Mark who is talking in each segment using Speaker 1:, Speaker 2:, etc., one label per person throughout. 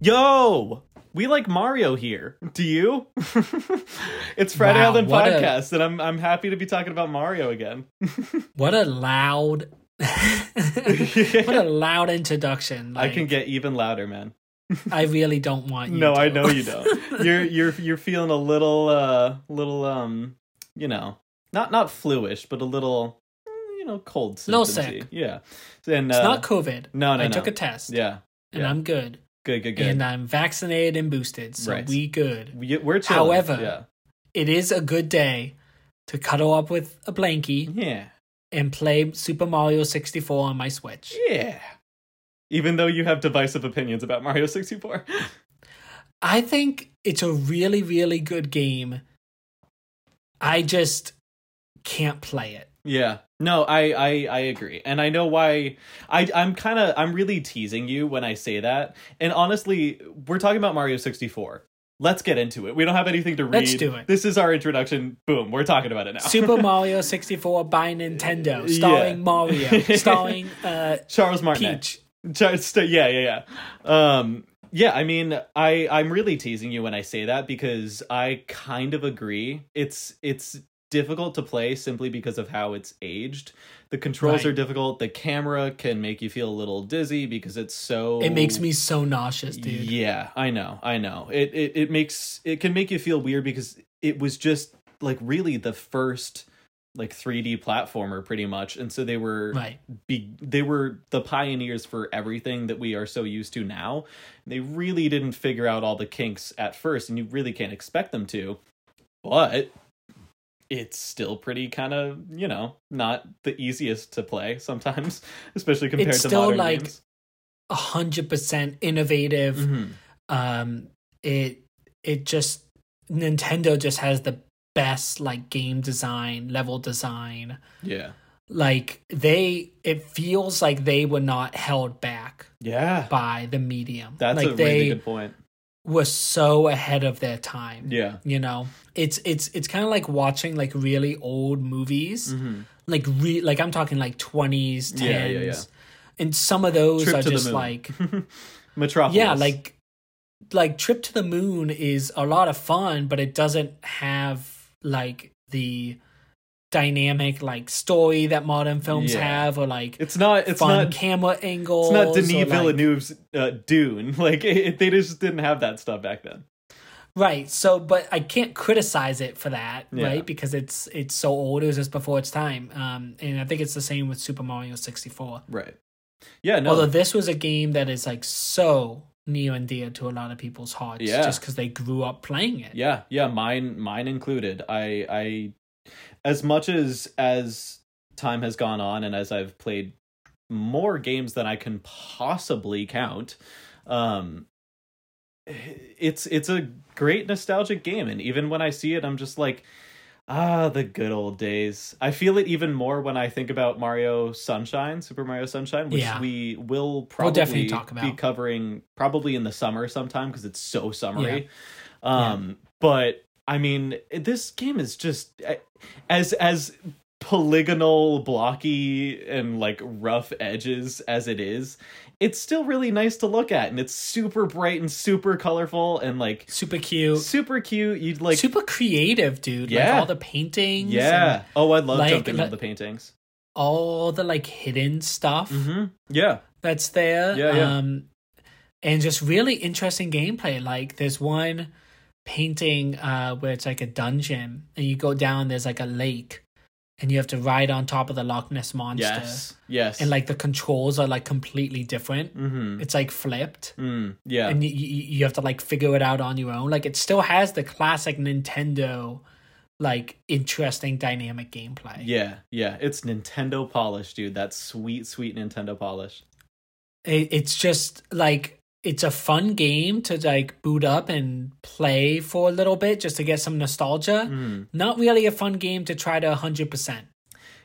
Speaker 1: Yo, we like Mario here. Do you? it's Friday
Speaker 2: Wow,
Speaker 1: Island
Speaker 2: what a-
Speaker 1: Podcast, and I'm I'm happy to be talking about Mario again.
Speaker 2: What a loud, what a loud introduction.
Speaker 1: I
Speaker 2: Like,
Speaker 1: can get even louder, man.
Speaker 2: I really don't want you.
Speaker 1: no,
Speaker 2: to.
Speaker 1: I know you don't. you're you're you're feeling a little uh little um you know not not fluish, but a little mm, you know cold.
Speaker 2: Little
Speaker 1: symptom-y.
Speaker 2: sick.
Speaker 1: Yeah. And
Speaker 2: It's
Speaker 1: uh,
Speaker 2: not COVID.
Speaker 1: no no
Speaker 2: I
Speaker 1: no.
Speaker 2: took a test,
Speaker 1: yeah
Speaker 2: and
Speaker 1: yeah.
Speaker 2: I'm good,
Speaker 1: good good good.
Speaker 2: and I'm vaccinated and boosted, so
Speaker 1: Right.
Speaker 2: we good.
Speaker 1: We- We're chilling.
Speaker 2: However-
Speaker 1: yeah
Speaker 2: It is a good day to cuddle up with a blankie
Speaker 1: yeah
Speaker 2: and play Super Mario 64 on my Switch.
Speaker 1: yeah. Even though you have divisive opinions about Mario sixty four.
Speaker 2: I think it's a really, really good game. I just can't play it.
Speaker 1: Yeah. No, I I I agree. And I know why I I'm kind of I'm really teasing you when I say that. And honestly, we're talking about Mario 64. Let's get into it. We don't have anything to read.
Speaker 2: Let's do it.
Speaker 1: This is our introduction. Boom, we're talking about it now.
Speaker 2: Super Mario 64 by Nintendo,
Speaker 1: Yeah.
Speaker 2: starring Mario, starring uh,
Speaker 1: Charles Martinet.
Speaker 2: Peach.
Speaker 1: Just- yeah, yeah, yeah. Um, yeah, I mean, I I'm really teasing you when I say that because I kind of agree. It's it's difficult to play simply because of how it's aged. The controls
Speaker 2: Right.
Speaker 1: are difficult. The camera can make you feel a little dizzy because it's so.
Speaker 2: It makes me so nauseous, dude.
Speaker 1: Yeah, I know, I know. It it it makes it can make you feel weird because it was just like really the first like 3D platformer pretty much, and so they were
Speaker 2: Right.
Speaker 1: be they were the pioneers for everything that we are so used to now. They really didn't figure out all the kinks at first, and you really can't expect them to. But it's still pretty kind of you know not the easiest to play sometimes, especially compared
Speaker 2: It's
Speaker 1: to
Speaker 2: still,
Speaker 1: modern
Speaker 2: like,
Speaker 1: games.
Speaker 2: 100% innovative.
Speaker 1: Mhm.
Speaker 2: Um it it just Nintendo just has the best like game design, level design.
Speaker 1: Yeah,
Speaker 2: Like they it feels like they were not held back
Speaker 1: yeah,
Speaker 2: by the medium.
Speaker 1: that's
Speaker 2: like
Speaker 1: a
Speaker 2: they
Speaker 1: really good point.
Speaker 2: were so ahead of their time.
Speaker 1: Yeah,
Speaker 2: You know, it's it's it's kind of like watching like really old movies,
Speaker 1: Mhm.
Speaker 2: like re like I'm talking like 20s, 10s,
Speaker 1: Yeah, yeah, yeah.
Speaker 2: and some of those
Speaker 1: Trip
Speaker 2: are
Speaker 1: to the
Speaker 2: just
Speaker 1: moon.
Speaker 2: like
Speaker 1: Metropolis.
Speaker 2: yeah like like trip to the moon is a lot of fun but it doesn't have like the dynamic like story that modern films
Speaker 1: Yeah.
Speaker 2: have or like
Speaker 1: it's not it's
Speaker 2: fun
Speaker 1: not
Speaker 2: camera angles
Speaker 1: it's not
Speaker 2: or,
Speaker 1: Denis
Speaker 2: like-
Speaker 1: Villeneuve's uh, Dune. Like it, it- they just didn't have that stuff back then.
Speaker 2: right so but i can't criticize it for that
Speaker 1: Yeah.
Speaker 2: right because it's it's so old it was just before its time um and i think it's the same with super mario 64
Speaker 1: Right. Yeah. No.
Speaker 2: although this was a game that is like so near and dear to a lot of people's hearts
Speaker 1: Yeah.
Speaker 2: just because they grew up playing it
Speaker 1: yeah yeah mine mine included i i as much as as time has gone on and as i've played more games than i can possibly count um it's it's a great nostalgic game and even when i see it i'm just like ah the good old days i feel it even more when i think about mario sunshine super mario sunshine which
Speaker 2: Yeah.
Speaker 1: we will probably
Speaker 2: We'll definitely talk about.
Speaker 1: be covering probably in the summer sometime because it's so summery
Speaker 2: Yeah.
Speaker 1: um but i mean this game is just I- as as polygonal blocky and like rough edges as it is it's still really nice to look at and it's super bright and super colorful and like
Speaker 2: super cute
Speaker 1: super cute you'd like
Speaker 2: super creative, dude.
Speaker 1: Yeah.
Speaker 2: Like all the paintings. and
Speaker 1: yeah oh i love
Speaker 2: like-
Speaker 1: jumping on
Speaker 2: like-
Speaker 1: the paintings
Speaker 2: all the like hidden stuff
Speaker 1: mm-hmm. yeah
Speaker 2: that's there.
Speaker 1: Yeah, yeah.
Speaker 2: Um and just really interesting gameplay. Like there's one painting uh where it's like a dungeon and you go down there's like a lake and you have to ride on top of the Loch Ness monster.
Speaker 1: yes yes
Speaker 2: And like the controls are like completely different.
Speaker 1: mm-hmm.
Speaker 2: It's like flipped.
Speaker 1: mm, yeah
Speaker 2: and you, you you have to like figure it out on your own. Like it still has the classic Nintendo, like interesting dynamic gameplay.
Speaker 1: yeah yeah it's nintendo polish dude that sweet sweet nintendo polish
Speaker 2: It, it's just like it's a fun game to like boot up and play for a little bit just to get some nostalgia.
Speaker 1: mm.
Speaker 2: Not really a fun game to try to hundred percent.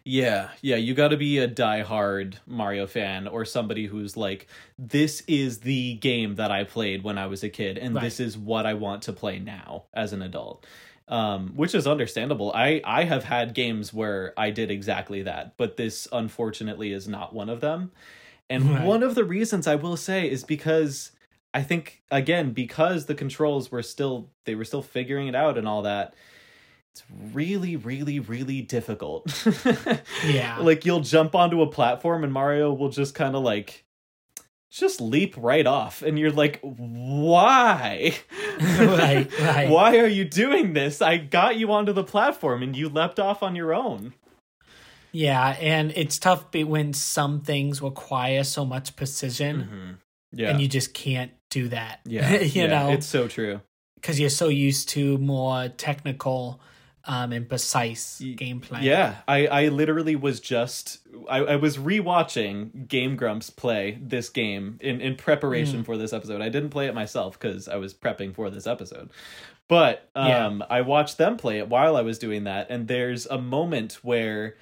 Speaker 1: Yeah, yeah, you got to be a diehard Mario fan or somebody who's like, this is the game that I played when I was a kid, and
Speaker 2: Right.
Speaker 1: this is what I want to play now as an adult. Um, which is understandable. I I have had games where I did exactly that, but this unfortunately is not one of them. And
Speaker 2: Right.
Speaker 1: one of the reasons I will say is because I think again because the controls were still they were still figuring it out and all that. It's really really really difficult.
Speaker 2: Yeah.
Speaker 1: Like you'll jump onto a platform and Mario will just kind of like just leap right off and you're like why?
Speaker 2: right, right.
Speaker 1: Why are you doing this? I got you onto the platform and you leapt off on your own.
Speaker 2: Yeah, and it's tough be- when some things require so much precision
Speaker 1: Mm-hmm. Yeah.
Speaker 2: and you just can't do that.
Speaker 1: yeah.
Speaker 2: you
Speaker 1: yeah,
Speaker 2: know,
Speaker 1: It's so true.
Speaker 2: because you're so used to more technical um, and precise
Speaker 1: Y-
Speaker 2: gameplay.
Speaker 1: Yeah, I, I literally was just I, I was rewatching Game Grumps play this game in, in
Speaker 2: Mm.
Speaker 1: preparation for this episode. I didn't play it myself because I was prepping for this episode. But
Speaker 2: Yeah.
Speaker 1: um I watched them play it while I was doing that, and there's a moment where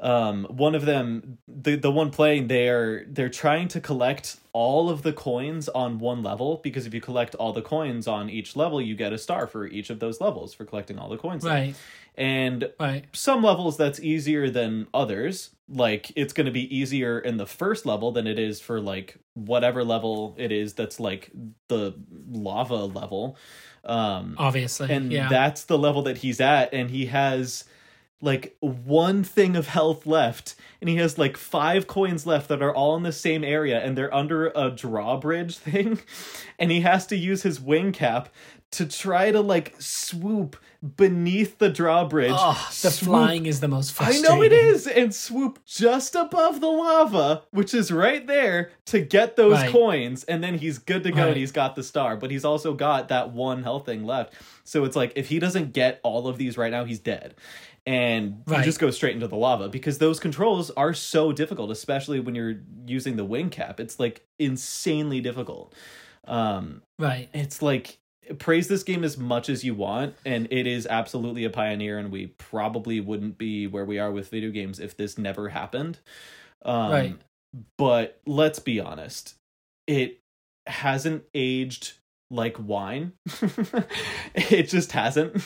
Speaker 1: um one of them the the one playing they're they're trying to collect all of the coins on one level because if you collect all the coins on each level you get a star for each of those levels for collecting all the coins
Speaker 2: Right,
Speaker 1: and
Speaker 2: right.
Speaker 1: some levels that's easier than others. Like it's going to be easier in the first level than it is for like whatever level it is that's like the lava level. Um
Speaker 2: Obviously.
Speaker 1: and
Speaker 2: yeah.
Speaker 1: that's the level that he's at and he has like one thing of health left and he has like five coins left that are all in the same area and they're under a drawbridge thing and he has to use his wing cap to try to like swoop beneath the drawbridge
Speaker 2: oh, the
Speaker 1: swoop-
Speaker 2: flying is the most
Speaker 1: I
Speaker 2: frustrating.
Speaker 1: know it is, and swoop just above the lava, which is right there, to get those
Speaker 2: Right.
Speaker 1: coins, and then he's good to go,
Speaker 2: Right.
Speaker 1: and he's got the star. But he's also got that one health thing left, so it's like if he doesn't get all of these right now, he's dead, and
Speaker 2: Right.
Speaker 1: you just go straight into the lava because those controls are so difficult, especially when you're using the wing cap. It's like insanely difficult. Um,
Speaker 2: Right.
Speaker 1: it's like praise this game as much as you want and it is absolutely a pioneer and we probably wouldn't be where we are with video games if this never happened um
Speaker 2: Right.
Speaker 1: but let's be honest it hasn't aged like wine it just hasn't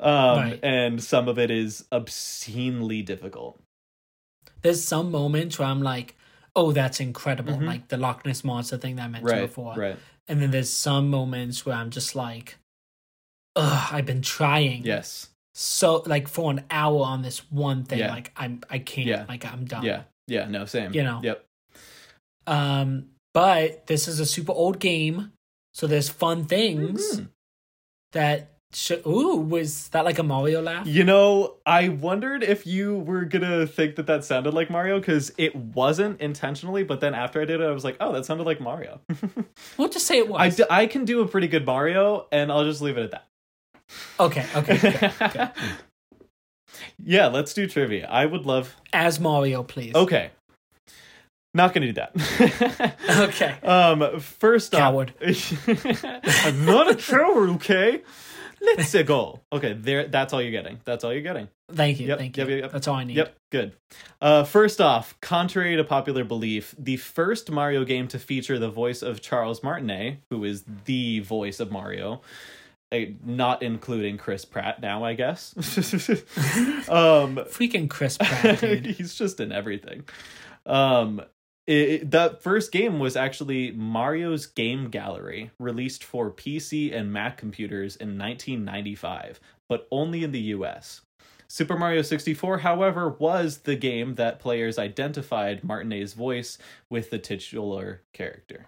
Speaker 1: um
Speaker 2: Right.
Speaker 1: and some of it is obscenely difficult
Speaker 2: There's some moments where I'm like, oh, that's incredible.
Speaker 1: Mhm.
Speaker 2: Like the Loch Ness Monster thing that I mentioned
Speaker 1: right
Speaker 2: before.
Speaker 1: right
Speaker 2: And then there's some moments where I'm just like, ugh, I've been trying.
Speaker 1: yes
Speaker 2: so like for an hour on this one thing
Speaker 1: Yeah.
Speaker 2: like i'm i can't
Speaker 1: Yeah.
Speaker 2: like i'm done
Speaker 1: yeah yeah no same
Speaker 2: You know.
Speaker 1: yep
Speaker 2: um but this is a super old game so there's fun things
Speaker 1: Mhm.
Speaker 2: that sh- ooh was that like a mario laugh
Speaker 1: You know, I wondered if you were gonna think that that sounded like Mario because it wasn't intentionally. But then after I did it, I was like, oh, that sounded like Mario.
Speaker 2: we'll just say it was
Speaker 1: I, d- I can do a pretty good Mario, and I'll just leave it at
Speaker 2: okay okay good, good.
Speaker 1: that. yeah, let's do trivia. I would love.
Speaker 2: as mario please
Speaker 1: Okay, not gonna do that.
Speaker 2: okay
Speaker 1: Um, first off,
Speaker 2: Coward.
Speaker 1: I'm not a coward. Okay, let's go. Okay, there. That's all you're getting. That's all you're getting.
Speaker 2: thank you
Speaker 1: Yep,
Speaker 2: thank you
Speaker 1: yep, yep, yep.
Speaker 2: that's all i need
Speaker 1: Yep, good. Uh, first off, contrary to popular belief, the first Mario game to feature the voice of Charles Martinet, who is the voice of Mario, uh, not including Chris Pratt now, I guess. um,
Speaker 2: freaking chris pratt dude.
Speaker 1: he's just in everything. Um, it, it- that first game was actually Mario's Game Gallery, released for PC and Mac computers in 1995, but only in the US. Super Mario 64, however, was the game that players identified Martinet's voice with the titular character.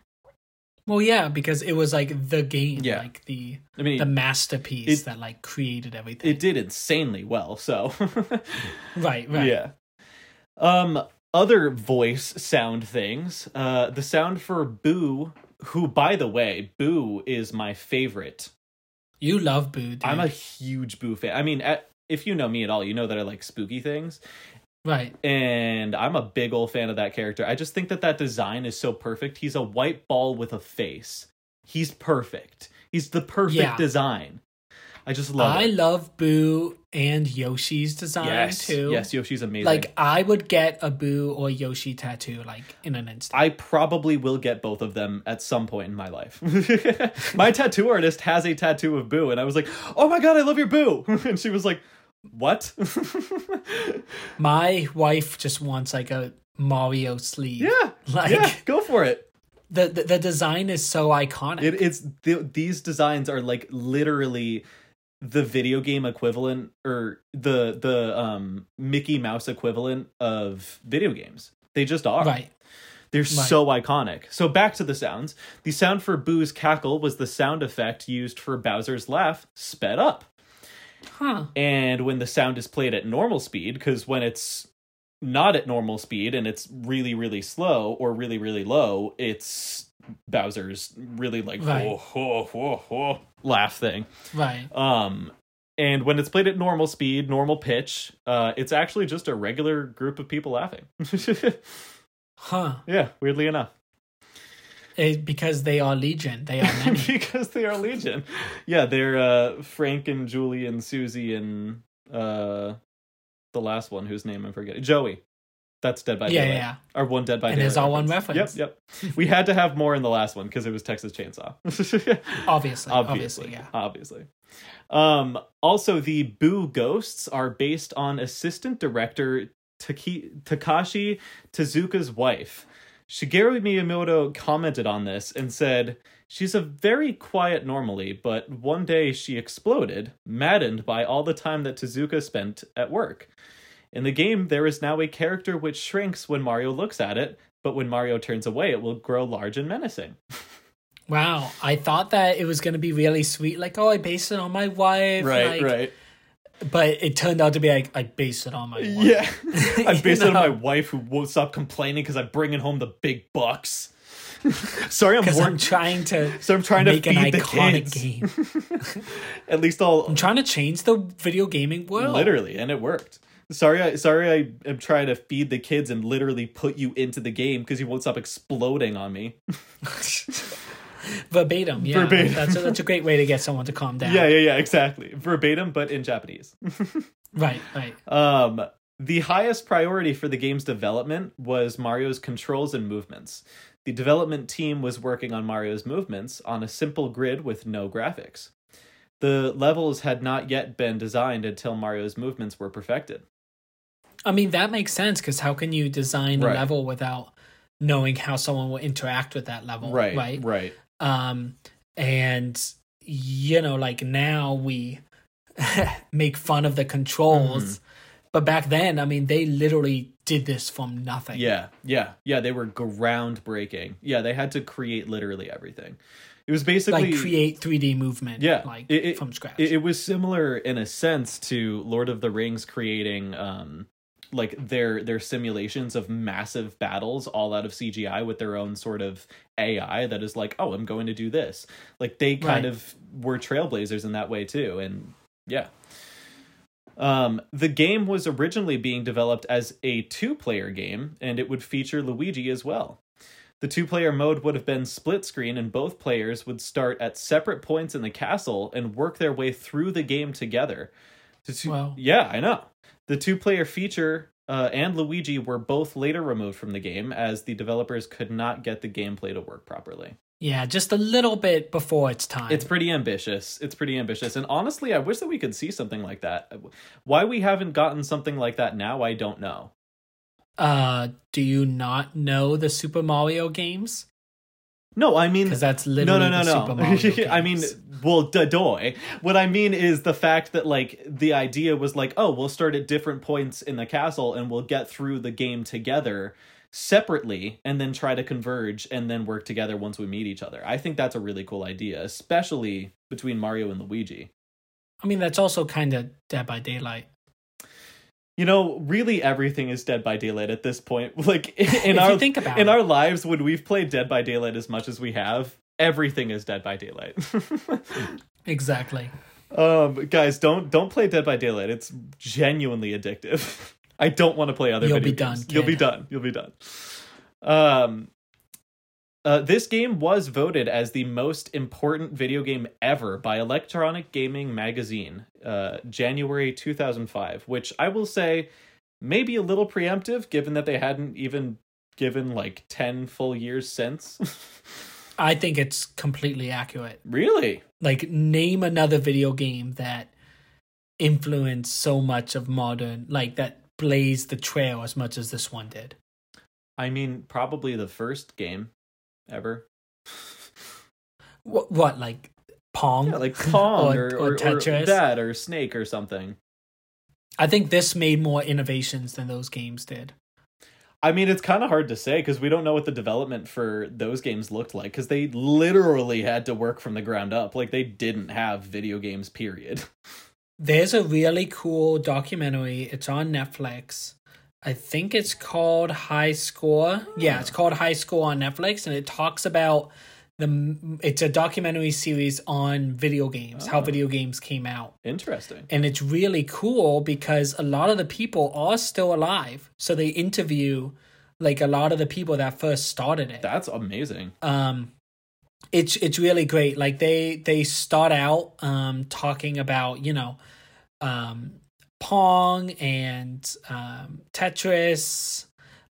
Speaker 2: well yeah because it was like the game
Speaker 1: Yeah.
Speaker 2: like the
Speaker 1: I mean,
Speaker 2: the masterpiece
Speaker 1: It-
Speaker 2: that like created everything
Speaker 1: it did insanely well, so.
Speaker 2: right right
Speaker 1: Yeah. Um, other voice sound things. Uh, the sound for Boo, who, by the way, Boo is my favorite.
Speaker 2: you love boo dude.
Speaker 1: I'm a huge Boo fan. I mean, at, if you know me at all, you know that I like spooky things,
Speaker 2: right
Speaker 1: and I'm a big old fan of that character. I just think that that design is so perfect. He's a white ball with a face. He's perfect. He's the perfect
Speaker 2: Yeah.
Speaker 1: design. I just love
Speaker 2: I
Speaker 1: it.
Speaker 2: love Boo and Yoshi's design
Speaker 1: yes,
Speaker 2: too.
Speaker 1: yes, Yoshi's amazing.
Speaker 2: Like I would get a Boo or Yoshi tattoo like in an instant.
Speaker 1: I probably will get both of them at some point in my life. my tattoo artist has a tattoo of Boo, and I was like, "Oh my god, I love your Boo!" and she was like, "What?"
Speaker 2: My wife just wants like a Mario sleeve.
Speaker 1: yeah,
Speaker 2: Like
Speaker 1: yeah, go for it.
Speaker 2: the, the the design is so iconic.
Speaker 1: It, it's th- these designs are like literally the video game equivalent or the the um Mickey Mouse equivalent of video games. They just are.
Speaker 2: right.
Speaker 1: They're so iconic. So back to the sounds. The sound for Boo's cackle was the sound effect used for Bowser's laugh sped up.
Speaker 2: Huh.
Speaker 1: And when the sound is played at normal speed cuz when it's not at normal speed and it's really really slow or really really low, it's Bowser's really like
Speaker 2: Right.
Speaker 1: "Whoa, whoa, whoa, whoa," laugh thing.
Speaker 2: Right.
Speaker 1: Um, and when it's played at normal speed, normal pitch, uh, it's actually just a regular group of people laughing.
Speaker 2: Huh.
Speaker 1: yeah, weirdly enough,
Speaker 2: It, because they are legion. They are many.
Speaker 1: because they are legion. Yeah, they're uh, Frank and Julie and Susie and uh, the last one whose name I'm forgetting, Joey. That's Dead by
Speaker 2: yeah,
Speaker 1: Daylight.
Speaker 2: yeah, yeah.
Speaker 1: Or one Dead by
Speaker 2: And
Speaker 1: Daylight.
Speaker 2: there's all one reference.
Speaker 1: Yep, yep. we had to have more in the last one because it was Texas Chainsaw. obviously,
Speaker 2: Obviously, obviously, yeah.
Speaker 1: obviously. Um, also, the Boo Ghosts are based on assistant director Taki- Takashi Tezuka's wife. Shigeru Miyamoto commented on this and said, She's a very quiet normally, but one day she exploded, maddened by all the time that Tezuka spent at work. In the game, there is now a character which shrinks when Mario looks at it, but when Mario turns away, it will grow large and menacing.
Speaker 2: Wow. I thought that it was gonna be really sweet, like, oh I based it on my wife. like-
Speaker 1: right.
Speaker 2: But it turned out to be like I based it on my wife.
Speaker 1: Yeah. I
Speaker 2: You
Speaker 1: based it on
Speaker 2: know?
Speaker 1: my wife who won't stop complaining because I'm bringing home the big bucks. Sorry, I'm
Speaker 2: Because
Speaker 1: working.
Speaker 2: I'm trying to
Speaker 1: so I'm trying to
Speaker 2: make
Speaker 1: feed
Speaker 2: an
Speaker 1: the
Speaker 2: iconic
Speaker 1: kids.
Speaker 2: game.
Speaker 1: At least I'll
Speaker 2: I'm trying to change the video gaming world.
Speaker 1: literally, and it worked. Sorry, I, sorry, I am trying to feed the kids and literally put you into the game because you won't stop exploding on me.
Speaker 2: Verbatim. Yeah.
Speaker 1: Verbatim.
Speaker 2: That's, a, that's a great way to get someone to calm down.
Speaker 1: Yeah, yeah, yeah, exactly, verbatim, but in Japanese.
Speaker 2: Right, right.
Speaker 1: Um, the highest priority for the game's development was Mario's controls and movements. The development team was working on Mario's movements on a simple grid with no graphics. The levels had not yet been designed until Mario's movements were perfected.
Speaker 2: I mean, that makes sense because how can you design
Speaker 1: Right.
Speaker 2: a level without knowing how someone will interact with that level? Right.
Speaker 1: right.
Speaker 2: Um, and, you know, like now we make fun of the
Speaker 1: Mm-hmm.
Speaker 2: controls. But back then, I mean, they literally did this from nothing.
Speaker 1: Yeah, yeah, yeah. They were groundbreaking. Yeah, they had to create literally everything. It was basically
Speaker 2: Like create 3D movement.
Speaker 1: Yeah,
Speaker 2: Like
Speaker 1: it- it-
Speaker 2: from scratch.
Speaker 1: It, it was similar in a sense to Lord of the Rings creating um like their their simulations of massive battles all out of CGI with their own sort of AI that is like, oh, I'm going to do this. Like they kind
Speaker 2: Right.
Speaker 1: of were trailblazers in that way too, and yeah. Um, the game was originally being developed as a two-player game, and it would feature Luigi as well. The two player mode would have been split screen, and both players would start at separate points in the castle and work their way through the game together. The two-
Speaker 2: Wow.
Speaker 1: Yeah, I know. The two player feature uh, and Luigi were both later removed from the game as the developers could not get the gameplay to work properly.
Speaker 2: yeah, just a little bit before its time.
Speaker 1: It's pretty ambitious. It's pretty ambitious. And honestly, I wish that we could see something like that. Why we haven't gotten something like that now, I don't know.
Speaker 2: Uh, do you not know the Super Mario games?
Speaker 1: No, I mean,
Speaker 2: Because that's literally the Super Mario. Games.
Speaker 1: I mean, well, da doy. What I mean is the fact that like the idea was like, oh, we'll start at different points in the castle and we'll get through the game together separately and then try to converge and then work together once we meet each other. I think that's a really cool idea, especially between Mario and Luigi.
Speaker 2: I mean that's also kind of Dead by Daylight.
Speaker 1: You know, really everything is Dead by Daylight at this point. Like in, in
Speaker 2: if
Speaker 1: our
Speaker 2: you think about
Speaker 1: in
Speaker 2: it,
Speaker 1: our lives when we've played Dead by Daylight as much as we have, everything is Dead by Daylight.
Speaker 2: exactly.
Speaker 1: Um, guys, don't don't play Dead by Daylight. It's genuinely addictive. I don't want to play other.
Speaker 2: You'll
Speaker 1: video
Speaker 2: be done,
Speaker 1: games. You'll be
Speaker 2: kid.
Speaker 1: done. You'll be done. Um, Uh, this game was voted as the most important video game ever by Electronic Gaming Magazine, uh, January 2005, which I will say maybe a little preemptive given that they hadn't even given like 10 full years since.
Speaker 2: I think it's completely accurate.
Speaker 1: really?
Speaker 2: Like, name another video game that influenced so much of modern, like, that blazed the trail as much as this one did.
Speaker 1: I mean, probably the first game ever.
Speaker 2: What, what like, Pong?
Speaker 1: Yeah, like Pong
Speaker 2: Or-
Speaker 1: or,
Speaker 2: or
Speaker 1: or, or
Speaker 2: Tetris.
Speaker 1: that or Snake or something.
Speaker 2: I think this made more innovations than those games did.
Speaker 1: I mean, it's kind of hard to say because we don't know what the development for those games looked like because they literally had to work from the ground up. Like, they didn't have video games, period.
Speaker 2: There's a really cool documentary. It's on Netflix. I think it's called High Score. Yeah,
Speaker 1: Hmm.
Speaker 2: it's called High Score on Netflix, and it talks about the. It's a documentary series on video games, how
Speaker 1: Oh.
Speaker 2: video games came out,
Speaker 1: Interesting.
Speaker 2: and it's really cool because a lot of the people are still alive. So they interview like a lot of the people that first started it
Speaker 1: That's amazing.
Speaker 2: um it's it's really great like they they start out um talking about you know um pong and um tetris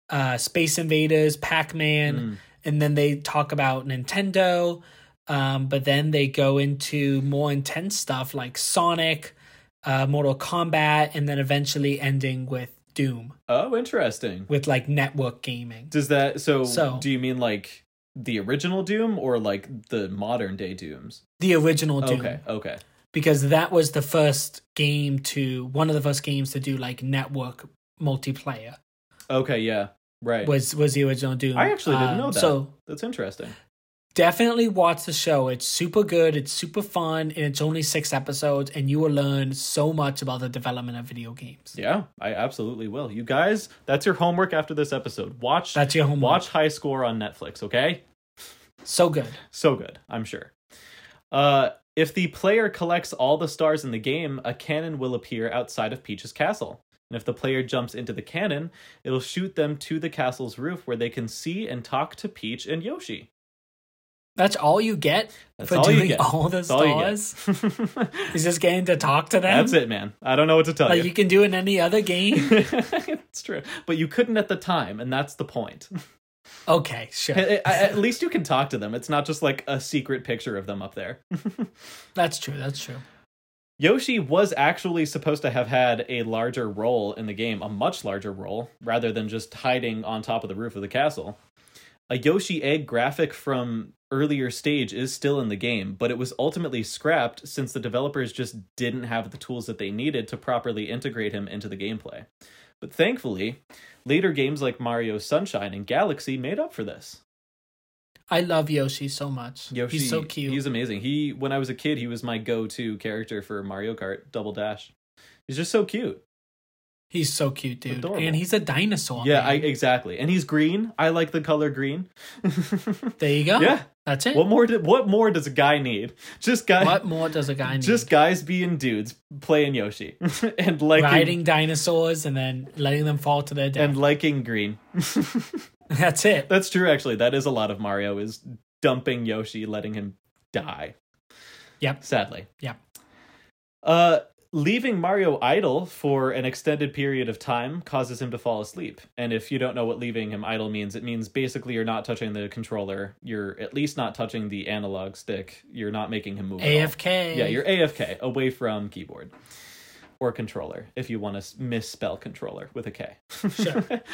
Speaker 2: uh space invaders pac-man
Speaker 1: Mm.
Speaker 2: and then they talk about nintendo um but then they go into more intense stuff like sonic uh mortal kombat and then eventually ending with doom
Speaker 1: Oh, interesting.
Speaker 2: with like network gaming
Speaker 1: Does that so,
Speaker 2: So-
Speaker 1: do you mean like the original Doom or like the modern day Dooms?
Speaker 2: the original doom
Speaker 1: Okay, okay.
Speaker 2: because that was the first game to one of the first games to do like network multiplayer
Speaker 1: Okay, yeah. Right.
Speaker 2: was was the original Doom.
Speaker 1: I actually didn't know
Speaker 2: Um,
Speaker 1: that.
Speaker 2: So
Speaker 1: That's interesting.
Speaker 2: definitely watch the show. It's super good. It's super fun, and it's only six episodes, and you will learn so much about the development of video games.
Speaker 1: Yeah, I absolutely will. You guys, that's your homework after this episode. Watch
Speaker 2: That's your homework.
Speaker 1: watch High Score on Netflix, okay?
Speaker 2: So good.
Speaker 1: So good, I'm sure. Uh, if the player collects all the stars in the game, a cannon will appear outside of Peach's castle. And if the player jumps into the cannon, it'll shoot them to the castle's roof where they can see and talk to Peach and Yoshi.
Speaker 2: That's all you get
Speaker 1: That's
Speaker 2: for
Speaker 1: all
Speaker 2: doing
Speaker 1: you get.
Speaker 2: all the
Speaker 1: That's all you
Speaker 2: stars.
Speaker 1: get.
Speaker 2: Is just getting to talk to them.
Speaker 1: That's it, Oh, man. I don't know what to tell
Speaker 2: Like
Speaker 1: you.
Speaker 2: you can do in any other game.
Speaker 1: it's true. But you couldn't at the time, and that's the point.
Speaker 2: Okay, sure.
Speaker 1: At- at at least you can talk to them. It's not just like a secret picture of them up there.
Speaker 2: That's true. That's true.
Speaker 1: Yoshi was actually supposed to have had a larger role in the game, a much larger role, rather than just hiding on top of the roof of the castle. A Yoshi egg graphic from earlier stage is still in the game, but it was ultimately scrapped since the developers just didn't have the tools that they needed to properly integrate him into the gameplay. But thankfully, later games like Mario Sunshine and Galaxy made up for this.
Speaker 2: I love Yoshi so much.
Speaker 1: Yoshi,
Speaker 2: he's so cute.
Speaker 1: He's amazing. He when I was a kid, he was my go-to character for Mario Kart Double Dash. He's just so cute.
Speaker 2: He's so cute, dude.
Speaker 1: Adorable.
Speaker 2: And he's a dinosaur.
Speaker 1: yeah, I,
Speaker 2: man.
Speaker 1: exactly. And he's green. I like the color green.
Speaker 2: there you go.
Speaker 1: Yeah.
Speaker 2: That's it.
Speaker 1: What more? Do, what more does a guy need? Just guy.
Speaker 2: What more does a guy need?
Speaker 1: Just guys being dudes playing Yoshi and liking
Speaker 2: riding dinosaurs and then letting them fall to their death.
Speaker 1: and liking green.
Speaker 2: That's it.
Speaker 1: That's true. Actually, that is a lot of Mario is dumping Yoshi, letting him die.
Speaker 2: Yep.
Speaker 1: Sadly.
Speaker 2: Yep.
Speaker 1: Uh, leaving Mario idle for an extended period of time causes him to fall asleep. And if you don't know what leaving him idle means, it means basically you're not touching the controller. You're at least not touching the analog stick. You're not making him move. at all.
Speaker 2: AFK.
Speaker 1: Yeah, you're AFK, away from keyboard or controller, if you want to misspell controller with a K.
Speaker 2: Sure.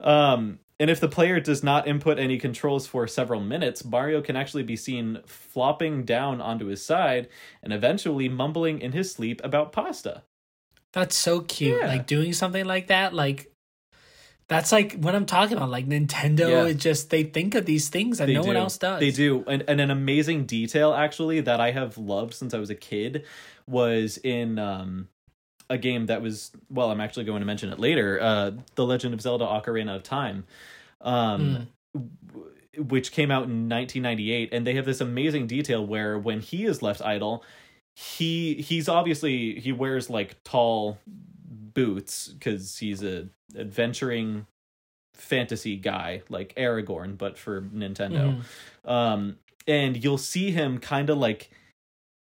Speaker 1: Um, and if the player does not input any controls for several minutes, Mario can actually be seen flopping down onto his side and eventually mumbling in his sleep about pasta.
Speaker 2: That's so cute.
Speaker 1: Yeah.
Speaker 2: Like doing something like that. Like that's like what I'm talking about. Like Nintendo
Speaker 1: Yeah.
Speaker 2: is just they think of these things that
Speaker 1: They
Speaker 2: no one
Speaker 1: do.
Speaker 2: else does.
Speaker 1: They do. And, and an amazing detail, actually, that I have loved since I was a kid was in um, a game that was, well, I'm actually going to mention it later uh, The Legend of Zelda Ocarina of Time. Um,
Speaker 2: Mm. Hmm.
Speaker 1: which came out in 1998 and they have this amazing detail where when he is left idle he he's obviously he wears like tall boots cuz he's a adventuring fantasy guy like Aragorn, but for
Speaker 2: Mm-hmm.
Speaker 1: Nintendo. Um, and you'll see him kind of like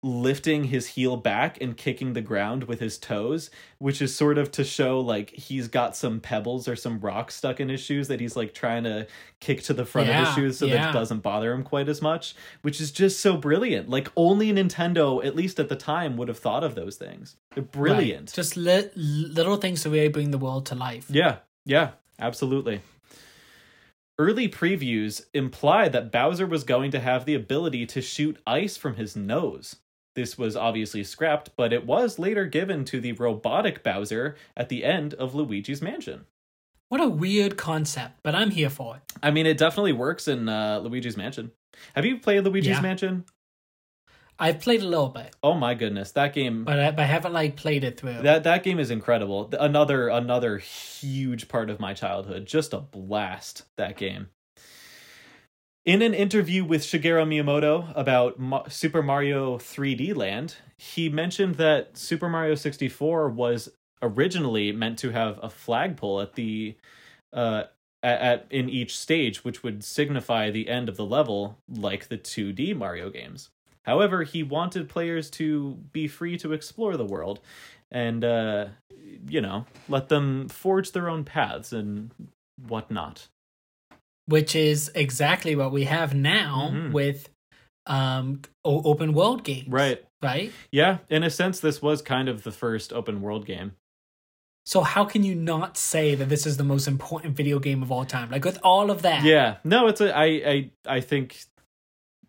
Speaker 1: lifting his heel back and kicking the ground with his toes, which is sort of to show like he's got some pebbles or some rocks stuck in his shoes that he's like trying to kick to the front of
Speaker 2: Yeah,
Speaker 1: his shoes so that
Speaker 2: yeah.
Speaker 1: it doesn't bother him quite as much, which is just so brilliant. Like only Nintendo, at least at the time, would have thought of those things. They're brilliant.
Speaker 2: Right. Just li- little things to really bring the world to life.
Speaker 1: Yeah, yeah, absolutely. Early previews imply that Bowser was going to have the ability to shoot ice from his nose. This was obviously scrapped, but it was later given to the robotic Bowser at the end of Luigi's Mansion.
Speaker 2: What a weird concept, but I'm here for it.
Speaker 1: I mean, it definitely works in uh, Luigi's Mansion. Have you played Luigi's
Speaker 2: Yeah.
Speaker 1: Mansion?
Speaker 2: I've played a little bit,
Speaker 1: Oh my goodness, that game
Speaker 2: but I, but I haven't like played it through.
Speaker 1: that that game is incredible. Th- Another another huge part of my childhood. Just a blast that game. In an interview with Shigeru Miyamoto about Ma- Super Mario 3D Land, he mentioned that Super Mario 64 was originally meant to have a flagpole at the uh at, at in each stage which would signify the end of the level like the 2D Mario games. However, he wanted players to be free to explore the world and uh you know, let them forge their own paths and whatnot.
Speaker 2: which is exactly what we have now
Speaker 1: Mhm.
Speaker 2: with um o- open world games. Right?
Speaker 1: Yeah, in a sense this was kind of the first open world game.
Speaker 2: So how can you not say that this is the most important video game of all time? Like with all of that.
Speaker 1: Yeah. No, it's a I I I think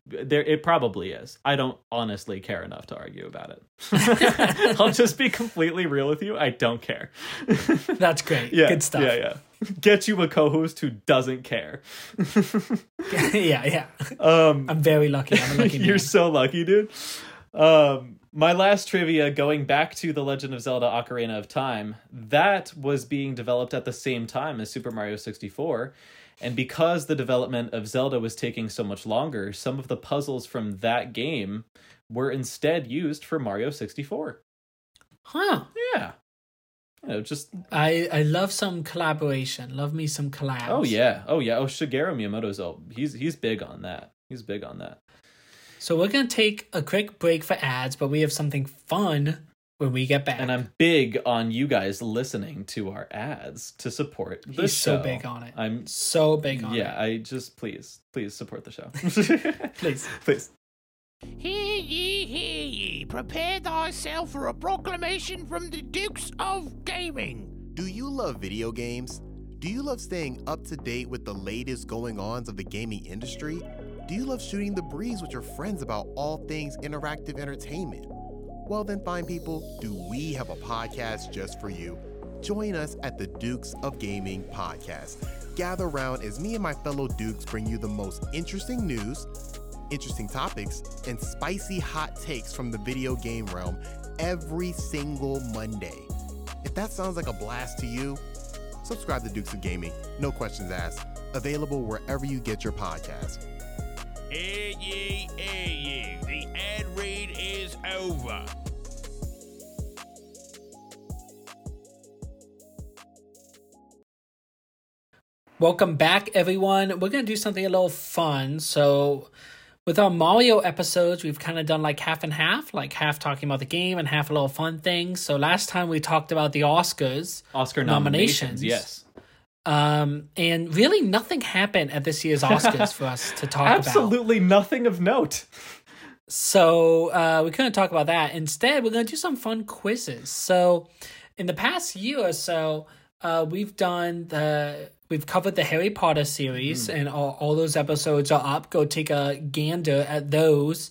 Speaker 1: there it probably is. I don't honestly care enough to argue about it. I'll just be completely real with you. I don't care.
Speaker 2: That's great.
Speaker 1: yeah.
Speaker 2: Good stuff.
Speaker 1: Yeah, yeah. Get you a co-host who doesn't care.
Speaker 2: yeah. yeah,
Speaker 1: Um
Speaker 2: I'm very lucky. I'm a lucky
Speaker 1: You're
Speaker 2: man.
Speaker 1: so lucky, dude. Um, my last trivia going back to The Legend of Zelda Ocarina of Time, that was being developed at the same time as Super Mario 64. And because the development of Zelda was taking so much longer, some of the puzzles from that game were instead used for Mario 64.
Speaker 2: Huh.
Speaker 1: Yeah. You know, just
Speaker 2: I I love some collaboration. Love me some collabs.
Speaker 1: oh yeah. Oh yeah. Oh Shigeru Miyamoto's oh he's he's big on that. He's big on that.
Speaker 2: So we're gonna take a quick break for ads, but we have something fun when we get back.
Speaker 1: And I'm big on you guys listening to our ads to support the
Speaker 2: He's so
Speaker 1: show.
Speaker 2: big on it.
Speaker 1: I'm
Speaker 2: so big on
Speaker 1: yeah, I
Speaker 2: it.
Speaker 1: just please, please support the show.
Speaker 2: Please.
Speaker 1: please.
Speaker 3: Hear ye, hear ye. Prepare thyself for a proclamation from the Dukes of Gaming.
Speaker 4: Do you love video games? Do you love staying up to date with the latest going ons of the gaming industry? Do you love shooting the breeze with your friends about all things interactive entertainment? Well, then, fine people, do we have a podcast just for you? Join us at the Dukes of Gaming podcast. Gather round as me and my fellow Dukes bring you the most interesting news, interesting topics, and spicy hot takes from the video game realm every single Monday. If that sounds like a blast to you, subscribe to Dukes of Gaming, no questions asked. Available wherever you get your podcast.
Speaker 3: Hear ye, hear ye. The ad read is over.
Speaker 2: Welcome back, everyone. We're gonna do something a little fun. So, with our Mario episodes, we've kind of done like half and half, like half talking about the game and half a little fun thing. So last time we talked about the Oscars,
Speaker 1: Oscar
Speaker 2: Nominations.
Speaker 1: nominations. Yes.
Speaker 2: um, and really nothing happened at this year's Oscars for us to talk about.
Speaker 1: Absolutely nothing of note.
Speaker 2: So uh, we couldn't talk about that. Instead, we're going to do some fun quizzes. So, in the past year or so, uh, we've done the we've covered the Harry Potter series, and all, all those episodes are up. Go take a gander at those.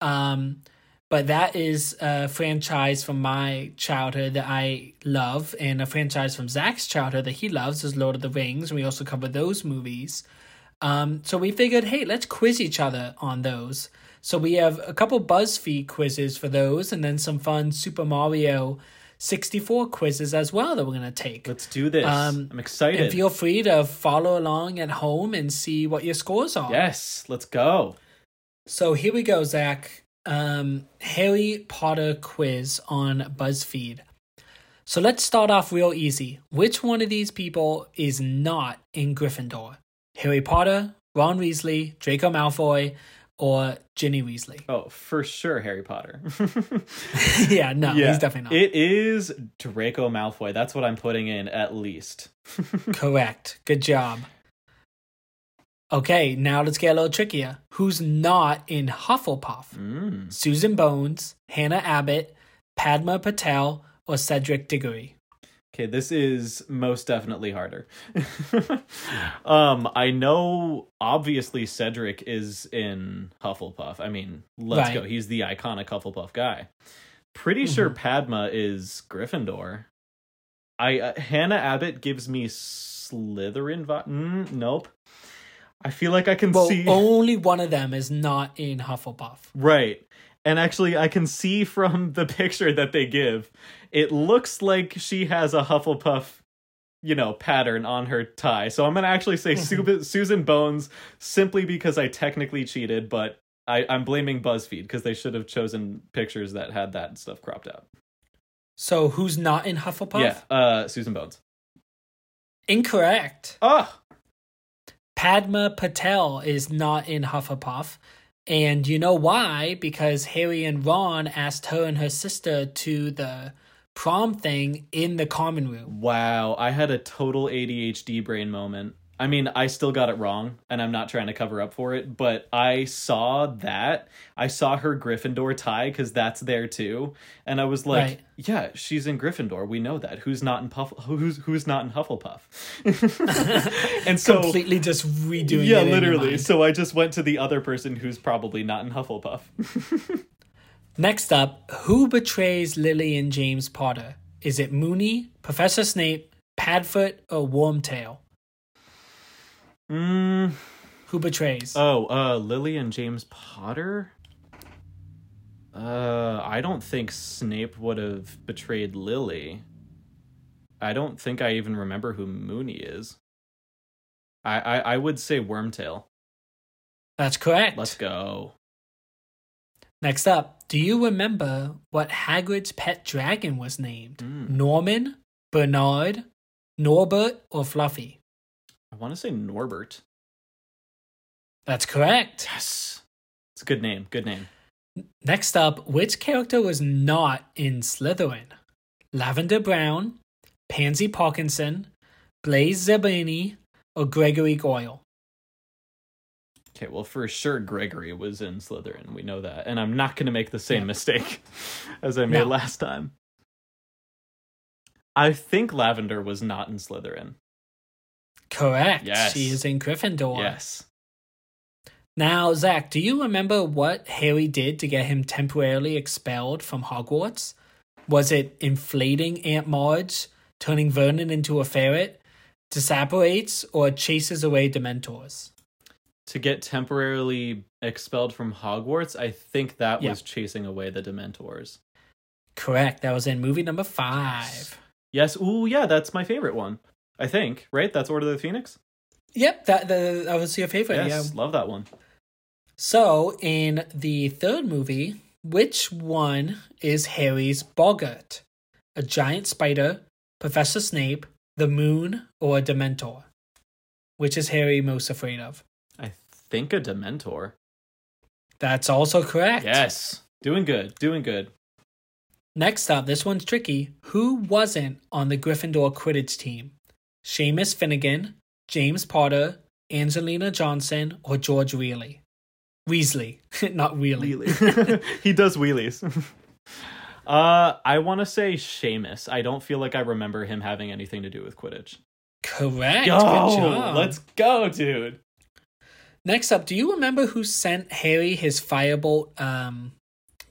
Speaker 2: Um, but that is a franchise from my childhood that I love, and a franchise from Zach's childhood that he loves is Lord of the Rings. And we also covered those movies. Um, so we figured, hey, let's quiz each other on those. So we have a couple BuzzFeed quizzes for those, and then some fun Super Mario 64 quizzes as well that we're gonna take.
Speaker 1: Let's do this.
Speaker 2: Um,
Speaker 1: I'm excited.
Speaker 2: And feel free to follow along at home and see what your scores are.
Speaker 1: yes, let's go.
Speaker 2: So here we go, Zach. Um, Harry Potter quiz on BuzzFeed. So let's start off real easy. Which one of these people is not in Gryffindor? Harry Potter, Ron Weasley, Draco Malfoy, or Ginny Weasley?
Speaker 1: Oh, for sure, Harry Potter.
Speaker 2: yeah, no, he's definitely not.
Speaker 1: It is Draco Malfoy. That's what I'm putting in at least.
Speaker 2: Correct. Good job. Okay, now let's get a little trickier. Who's not in Hufflepuff?
Speaker 1: Mm.
Speaker 2: Susan Bones, Hannah Abbott, Padma Patel, or Cedric Diggory?
Speaker 1: Okay, this is most definitely harder. um, I know obviously Cedric is in Hufflepuff. I mean, let's
Speaker 2: Right. Mm-hmm.
Speaker 1: go. He's the iconic Hufflepuff guy. Pretty sure Padma is Gryffindor. I uh, Hannah Abbott gives me Slytherin vibe. Mm, nope. I feel like I can
Speaker 2: Well, oh,
Speaker 1: see
Speaker 2: only one of them is not in Hufflepuff.
Speaker 1: Right. And actually, I can see from the picture that they give, it looks like she has a Hufflepuff, you know, pattern on her tie. So I'm going to actually say Su- Susan Bones simply because I technically cheated, but I, I'm blaming BuzzFeed because they should have chosen pictures that had that stuff cropped out.
Speaker 2: So who's not in Hufflepuff?
Speaker 1: Yeah, uh, Susan Bones.
Speaker 2: Incorrect.
Speaker 1: Oh,
Speaker 2: Padma Patel is not in Hufflepuff. And you know why? Because Harry and Ron asked her and her sister to the prom thing in the common room.
Speaker 1: wow. I had a total ADHD brain moment. I mean, I still got it wrong, and I'm not trying to cover up for it, but I saw that. I saw her Gryffindor tie because that's there too, and I was like,
Speaker 2: Right.
Speaker 1: "Yeah, she's in Gryffindor. We know that. Who's not in Puff? Who's who's not in Hufflepuff?" and so,
Speaker 2: Completely just redoing
Speaker 1: yeah,
Speaker 2: it. in your
Speaker 1: literally.
Speaker 2: mind.
Speaker 1: So I just went to the other person who's probably not in Hufflepuff.
Speaker 2: Next up, who betrays Lily and James Potter? Is it Mooney, Professor Snape, Padfoot, or Wormtail?
Speaker 1: mm,
Speaker 2: Who betrays?
Speaker 1: oh, uh, Lily and James Potter. Uh, I don't think Snape would have betrayed Lily. I don't think I even remember who Mooney is. I I, I would say Wormtail.
Speaker 2: That's correct.
Speaker 1: Let's go.
Speaker 2: Next up, do you remember what Hagrid's pet dragon was named? Norman, Bernard, Norbert, or Fluffy?
Speaker 1: I want to say Norbert.
Speaker 2: That's correct.
Speaker 1: Yes, it's a good name. Good name.
Speaker 2: Next up, which character was not in Slytherin? Lavender Brown, Pansy Parkinson, Blaze Zabini, or Gregory Goyle?
Speaker 1: Okay, well, for sure, Gregory was in Slytherin. We know that, and I'm not going to make the same
Speaker 2: Yeah.
Speaker 1: mistake as I made
Speaker 2: No.
Speaker 1: last time. I think Lavender was not in Slytherin.
Speaker 2: Correct.
Speaker 1: Yes.
Speaker 2: She is in Gryffindor.
Speaker 1: Yes,
Speaker 2: Now, Zach, do you remember what Harry did to get him temporarily expelled from Hogwarts? Was it inflating Aunt Marge, turning Vernon into a ferret, disapparates, or chases away Dementors?
Speaker 1: to get temporarily expelled from Hogwarts, I think that
Speaker 2: Yeah.
Speaker 1: was chasing away the Dementors.
Speaker 2: Correct. That was in movie number five.
Speaker 1: Yes. Ooh, yeah, that's my favorite one. I think right. That's Order of the Phoenix.
Speaker 2: Yep, that, that, that was your favorite.
Speaker 1: yes,
Speaker 2: Yeah.
Speaker 1: love that one.
Speaker 2: So, in the third movie, which one is Harry's boggart? A giant spider, Professor Snape, the moon, or a Dementor? Which is Harry most afraid of?
Speaker 1: I think a Dementor.
Speaker 2: That's also correct.
Speaker 1: Yes, doing good, doing good.
Speaker 2: Next up, this one's tricky. Who wasn't on the Gryffindor Quidditch team? Seamus Finnegan, James Potter, Angelina Johnson, or George Weasley? Weasley, not Wheelie.
Speaker 1: Wheelie. he does wheelies. uh, I want to say Seamus. I don't feel like I remember him having anything to do with Quidditch.
Speaker 2: Correct.
Speaker 1: Yo,
Speaker 2: Good job.
Speaker 1: let's go, dude.
Speaker 2: Next up, do you remember who sent Harry his firebolt um,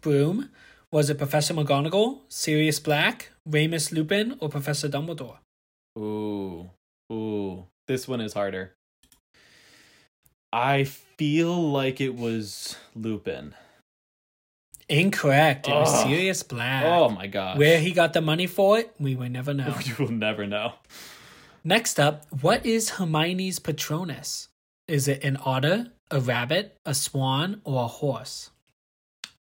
Speaker 2: broom? Was it Professor McGonagall, Sirius Black, Remus Lupin, or Professor Dumbledore?
Speaker 1: Ooh, ooh, this one is harder. I feel like it was Lupin.
Speaker 2: Incorrect. It was
Speaker 1: Ugh.
Speaker 2: Sirius Black.
Speaker 1: Oh my gosh.
Speaker 2: Where he got the money for it, we will never know.
Speaker 1: You will never know.
Speaker 2: Next up, what is Hermione's Patronus? Is it an otter, a rabbit, a swan, or a horse?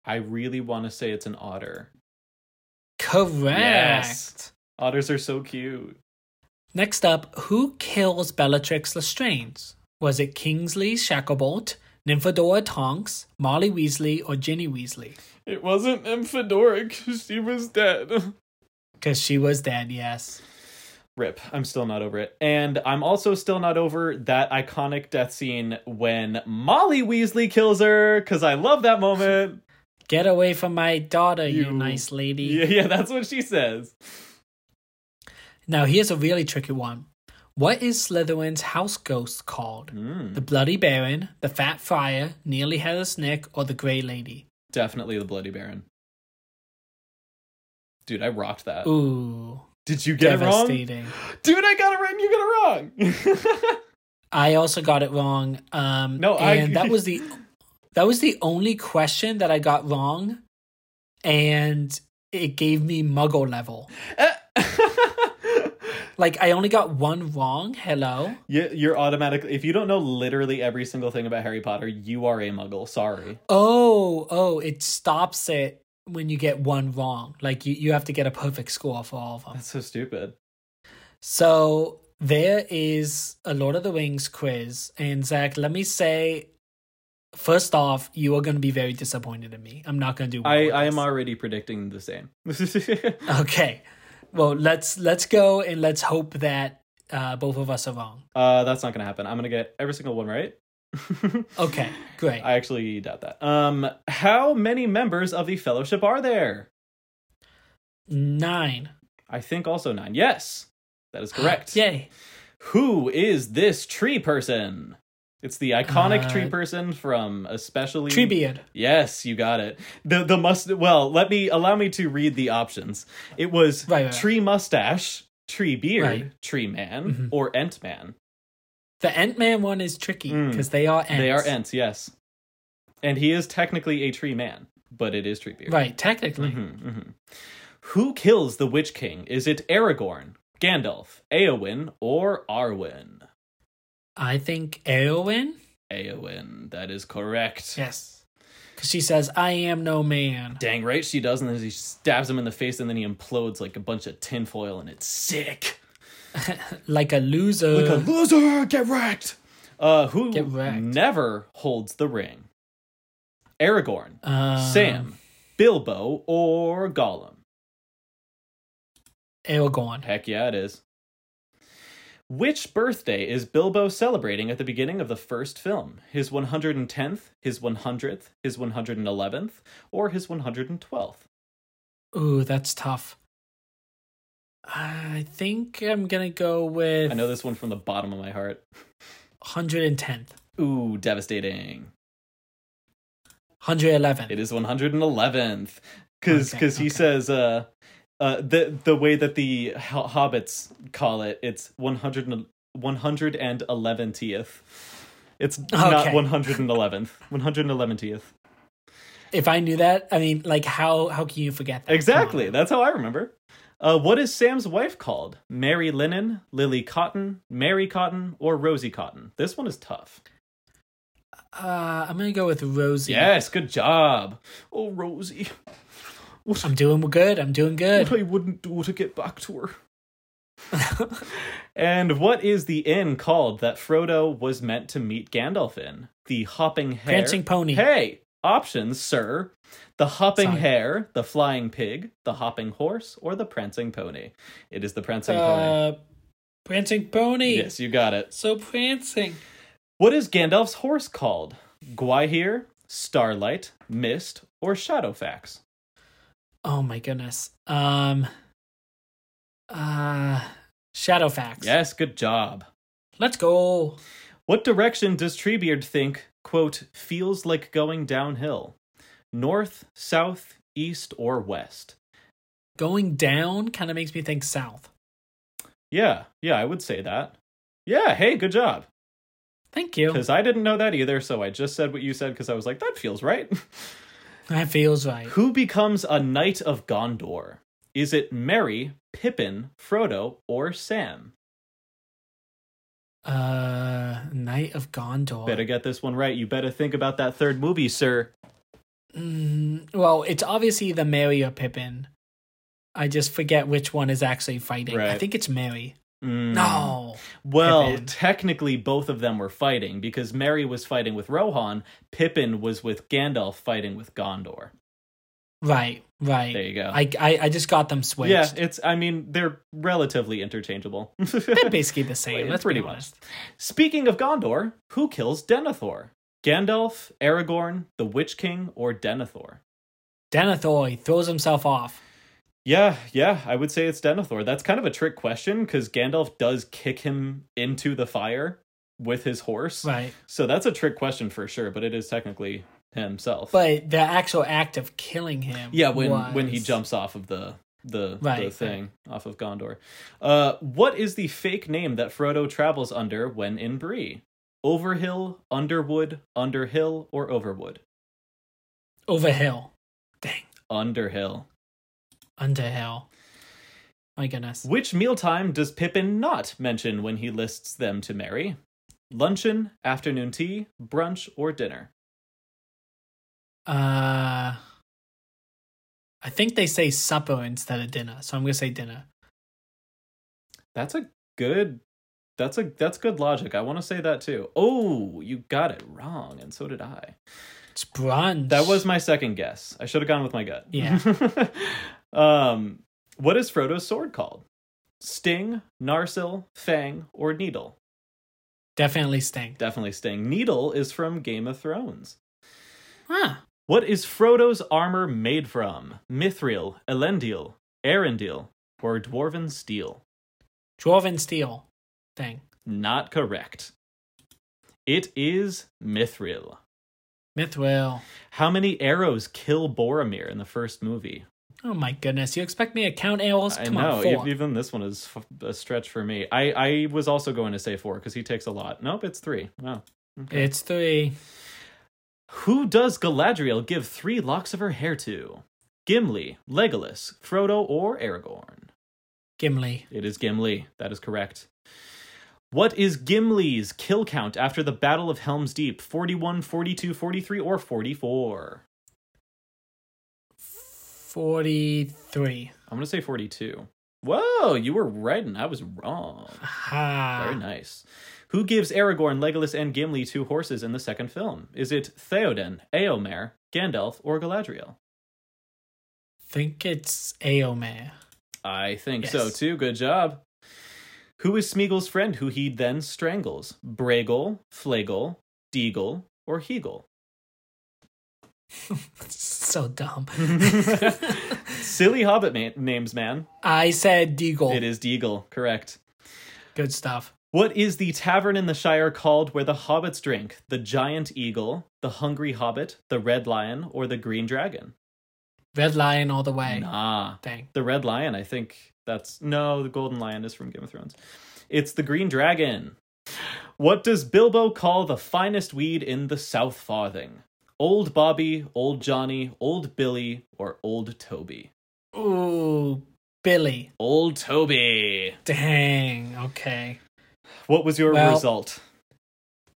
Speaker 1: I really want to say it's an otter.
Speaker 2: Correct.
Speaker 1: Yes. Otters are so cute.
Speaker 2: Next up, who kills Bellatrix Lestrange? Was it Kingsley Shacklebolt, Nymphadora Tonks, Molly Weasley, or Ginny Weasley?
Speaker 1: It wasn't Amphidoric. She was dead.
Speaker 2: Because she was dead, yes.
Speaker 1: Rip. I'm still not over it. And I'm also still not over that iconic death scene when Molly Weasley kills her, because I love that moment.
Speaker 2: Get away from my daughter, you,
Speaker 1: You-
Speaker 2: nice lady.
Speaker 1: yeah, yeah, that's what she says.
Speaker 2: Now, here's a really tricky one. What is Slytherin's house ghost called?
Speaker 1: Mm,
Speaker 2: The Bloody Baron, the Fat Friar, Nearly Headless Nick, or the Grey Lady?
Speaker 1: definitely the Bloody Baron. Dude, I rocked that.
Speaker 2: Ooh,
Speaker 1: Did you get it wrong?
Speaker 2: devastating.
Speaker 1: Dude, I got it right and you got it wrong.
Speaker 2: I also got it wrong. Um,
Speaker 1: No, I-
Speaker 2: and that was the that was the only question that I got wrong, and it gave me Muggle level. Like I only got one wrong. Hello.
Speaker 1: you, you're automatically if you don't know literally every single thing about Harry Potter, you are a muggle. Sorry.
Speaker 2: Oh, oh, it stops it when you get one wrong. Like you, you have to get a perfect score for all of them.
Speaker 1: That's so stupid.
Speaker 2: So there is a Lord of the Rings quiz, and Zach, let me say, first off, you are going to be very disappointed in me. I'm not going to do. well
Speaker 1: I,
Speaker 2: with
Speaker 1: I
Speaker 2: this.
Speaker 1: am already predicting the same.
Speaker 2: Okay. Well, let's let's go and let's hope that uh, both of us are wrong.
Speaker 1: uh, that's not gonna happen. I'm gonna get every single one right.
Speaker 2: Okay, great.
Speaker 1: I actually doubt that. Um, how many members of the fellowship are there?
Speaker 2: Nine.
Speaker 1: I think also nine. Yes, that
Speaker 2: Ah,
Speaker 1: is correct.
Speaker 2: Yay.
Speaker 1: Who is this tree person? It's the iconic
Speaker 2: Uh,
Speaker 1: tree person from especially
Speaker 2: Tree beard.
Speaker 1: Yes, you got it. The the must well, let me allow me to read the options. It was
Speaker 2: Right, right,
Speaker 1: tree mustache, tree beard,
Speaker 2: Right.
Speaker 1: tree man,
Speaker 2: Mhm.
Speaker 1: or ent man.
Speaker 2: The Ant Man one is tricky
Speaker 1: Mm.
Speaker 2: because they are ants.
Speaker 1: They are ents, yes. And he is technically a tree man, but it is tree beard.
Speaker 2: Right, technically.
Speaker 1: Mhm, mhm. Who kills the Witch King? Is it Aragorn, Gandalf, Eowyn, or Arwen?
Speaker 2: I think Eowyn.
Speaker 1: Eowyn, that is correct.
Speaker 2: Yes. Because she says, I am no man.
Speaker 1: Dang right she does, and then she stabs him in the face, and then he implodes like a bunch of tinfoil, and it's sick.
Speaker 2: Like a loser.
Speaker 1: Like a loser, get wrecked. Uh, who
Speaker 2: Uh. Get wrecked.
Speaker 1: never holds the ring? Aragorn,
Speaker 2: Um,
Speaker 1: Sam, Bilbo, or Gollum?
Speaker 2: Aragorn.
Speaker 1: Heck yeah, it is. Which birthday is Bilbo celebrating at the beginning of the first film? His 110th, his 100th, his 111th, or his 112th?
Speaker 2: Ooh, that's tough. I think I'm going to go with
Speaker 1: I know this one from the bottom of my heart.
Speaker 2: 110th,
Speaker 1: Ooh, devastating.
Speaker 2: 111th.
Speaker 1: It is 111th cuz
Speaker 2: Okay,
Speaker 1: cuz he
Speaker 2: okay.
Speaker 1: says uh uh the the way that the ho- hobbits call it it's 100 and- 111th. It's not
Speaker 2: Okay.
Speaker 1: 111th. 111th.
Speaker 2: If I knew that, I mean, like, how how can you forget that? Come on.
Speaker 1: Exactly. That's how I remember. Uh what is Sam's wife called? Mary Linen, Lily Cotton, Mary Cotton or Rosie Cotton? This one is tough.
Speaker 2: Uh, I'm gonna go with Rosie.
Speaker 1: Yes, good job. Oh, Rosie. What
Speaker 2: I'm doing good. I'm doing
Speaker 1: what
Speaker 2: good.
Speaker 1: I wouldn't do to get back to her. And what is the inn called that Frodo was meant to meet Gandalf in? The Hopping Hare.
Speaker 2: Prancing Pony.
Speaker 1: Hey, options, sir. The Hopping
Speaker 2: Sorry.
Speaker 1: Hare, the Flying Pig, the Hopping Horse, or the Prancing Pony. It is the Prancing Pony.
Speaker 2: uh, prancing pony.
Speaker 1: Yes, you got it.
Speaker 2: So prancing.
Speaker 1: What is Gandalf's horse called? Gwaihir, Starlight, Mist, or Shadowfax?
Speaker 2: Oh my goodness. Um. Uh, Shadowfax.
Speaker 1: Yes, good job.
Speaker 2: Let's go.
Speaker 1: What direction does Treebeard think, quote, feels like going downhill? North, south, east, or west?
Speaker 2: Going down kind of makes me think south.
Speaker 1: Yeah, yeah, I would say that. Yeah, hey, good job.
Speaker 2: Thank you.
Speaker 1: Because I didn't know that either, so I just said what you said because I was like, that feels right.
Speaker 2: That feels right.
Speaker 1: Who becomes a knight of Gondor? Is it Merry, Pippin, Frodo, or Sam?
Speaker 2: Uh, Knight of Gondor.
Speaker 1: Better get this one right. You better think about that third movie, sir.
Speaker 2: Mm, well, it's obviously the Mary or Pippin. I just forget which one is actually fighting. I
Speaker 1: Right.
Speaker 2: think it's Mary.
Speaker 1: Mm.
Speaker 2: No.
Speaker 1: Well,
Speaker 2: Pippin.
Speaker 1: technically, both of them were fighting because Mary was fighting with Rohan. Pippin was with Gandalf fighting with Gondor.
Speaker 2: Right, right.
Speaker 1: There you go.
Speaker 2: I, I I just got them switched.
Speaker 1: yeah, it's. I mean, they're relatively interchangeable.
Speaker 2: They're basically the same.
Speaker 1: It's
Speaker 2: Let's
Speaker 1: pretty
Speaker 2: be
Speaker 1: much.
Speaker 2: honest.
Speaker 1: Speaking of Gondor, who kills Denethor? Gandalf, Aragorn, the Witch King, or Denethor?
Speaker 2: Denethor throws himself off.
Speaker 1: Yeah, yeah, I would say it's Denethor. That's kind of a trick question because Gandalf does kick him into the fire with his horse.
Speaker 2: Right.
Speaker 1: So that's a trick question for sure, but it is technically himself.
Speaker 2: But the actual act of killing him.
Speaker 1: yeah, when when he
Speaker 2: was-
Speaker 1: jumps off of the the,
Speaker 2: Right,
Speaker 1: the
Speaker 2: right.
Speaker 1: thing off of Gondor. Uh what is the fake name that Frodo travels under when in Bree? Overhill, Underwood, Underhill, or Overwood?
Speaker 2: over hill. Dang.
Speaker 1: Underhill.
Speaker 2: Under hill. My goodness.
Speaker 1: Which mealtime does Pippin not mention when he lists them to Mary? Luncheon, afternoon tea, brunch, or dinner?
Speaker 2: Uh I think they say supper instead of dinner, so I'm gonna say dinner.
Speaker 1: That's a good. That's a that's good logic. I want to say that too. Oh, you got it wrong, and so did I.
Speaker 2: It's brunch.
Speaker 1: That was my second guess. I should have gone with my gut.
Speaker 2: Yeah.
Speaker 1: um, what is Frodo's sword called? Sting, Narsil, Fang, or Needle?
Speaker 2: definitely sting.
Speaker 1: Definitely Sting. Needle is from Game of Thrones.
Speaker 2: Huh.
Speaker 1: What is Frodo's armor made from? Mithril, Elendil, Arendil, or Dwarven steel?
Speaker 2: Dwarven steel thing.
Speaker 1: Not correct. It is Mithril.
Speaker 2: Mithril.
Speaker 1: How many arrows kill Boromir in the first movie?
Speaker 2: Oh my goodness. You expect me to count arrows?
Speaker 1: I
Speaker 2: Come
Speaker 1: know.
Speaker 2: on,
Speaker 1: e-
Speaker 2: four.
Speaker 1: Even this one is f- a stretch for me. I, I was also going to say four because he takes a lot. Nope, it's three. Wow. Okay.
Speaker 2: It's three.
Speaker 1: Who does Galadriel give three locks of her hair to? Gimli, Legolas, Frodo, or Aragorn?
Speaker 2: Gimli.
Speaker 1: It is Gimli. That is correct. What is Gimli's kill count after the Battle of Helm's Deep? 41, 42, 43, or 44?
Speaker 2: Forty-three.
Speaker 1: I'm going to say 42. Whoa, you were right and I was wrong.
Speaker 2: Ha.
Speaker 1: Very nice. Who gives Aragorn, Legolas, and Gimli two horses in the second film? Is it Theoden, Eomer, Gandalf, or Galadriel?
Speaker 2: Think it's Aomer.
Speaker 1: I think so
Speaker 2: Yes.
Speaker 1: too. Good job. Who is Smeagol's friend who he then strangles? Bragel, Flagel, Deagle, or Heagle?
Speaker 2: so dumb.
Speaker 1: Silly Hobbit ma- names, man.
Speaker 2: I said Deagle.
Speaker 1: It is Deagle, correct.
Speaker 2: Good stuff.
Speaker 1: What is the tavern in the Shire called where the hobbits drink? The Giant Eagle, the Hungry Hobbit, the Red Lion, or the Green Dragon?
Speaker 2: Red Lion all the way.
Speaker 1: Nah.
Speaker 2: Dang.
Speaker 1: The Red Lion, I think that's. No, the Golden Lion is from Game of Thrones. It's the Green Dragon. What does Bilbo call the finest weed in the South Farthing? Old Bobby, Old Johnny, Old Billy, or Old Toby?
Speaker 2: Ooh, Billy.
Speaker 1: Old Toby.
Speaker 2: Dang. Okay.
Speaker 1: What was your
Speaker 2: Well-
Speaker 1: result?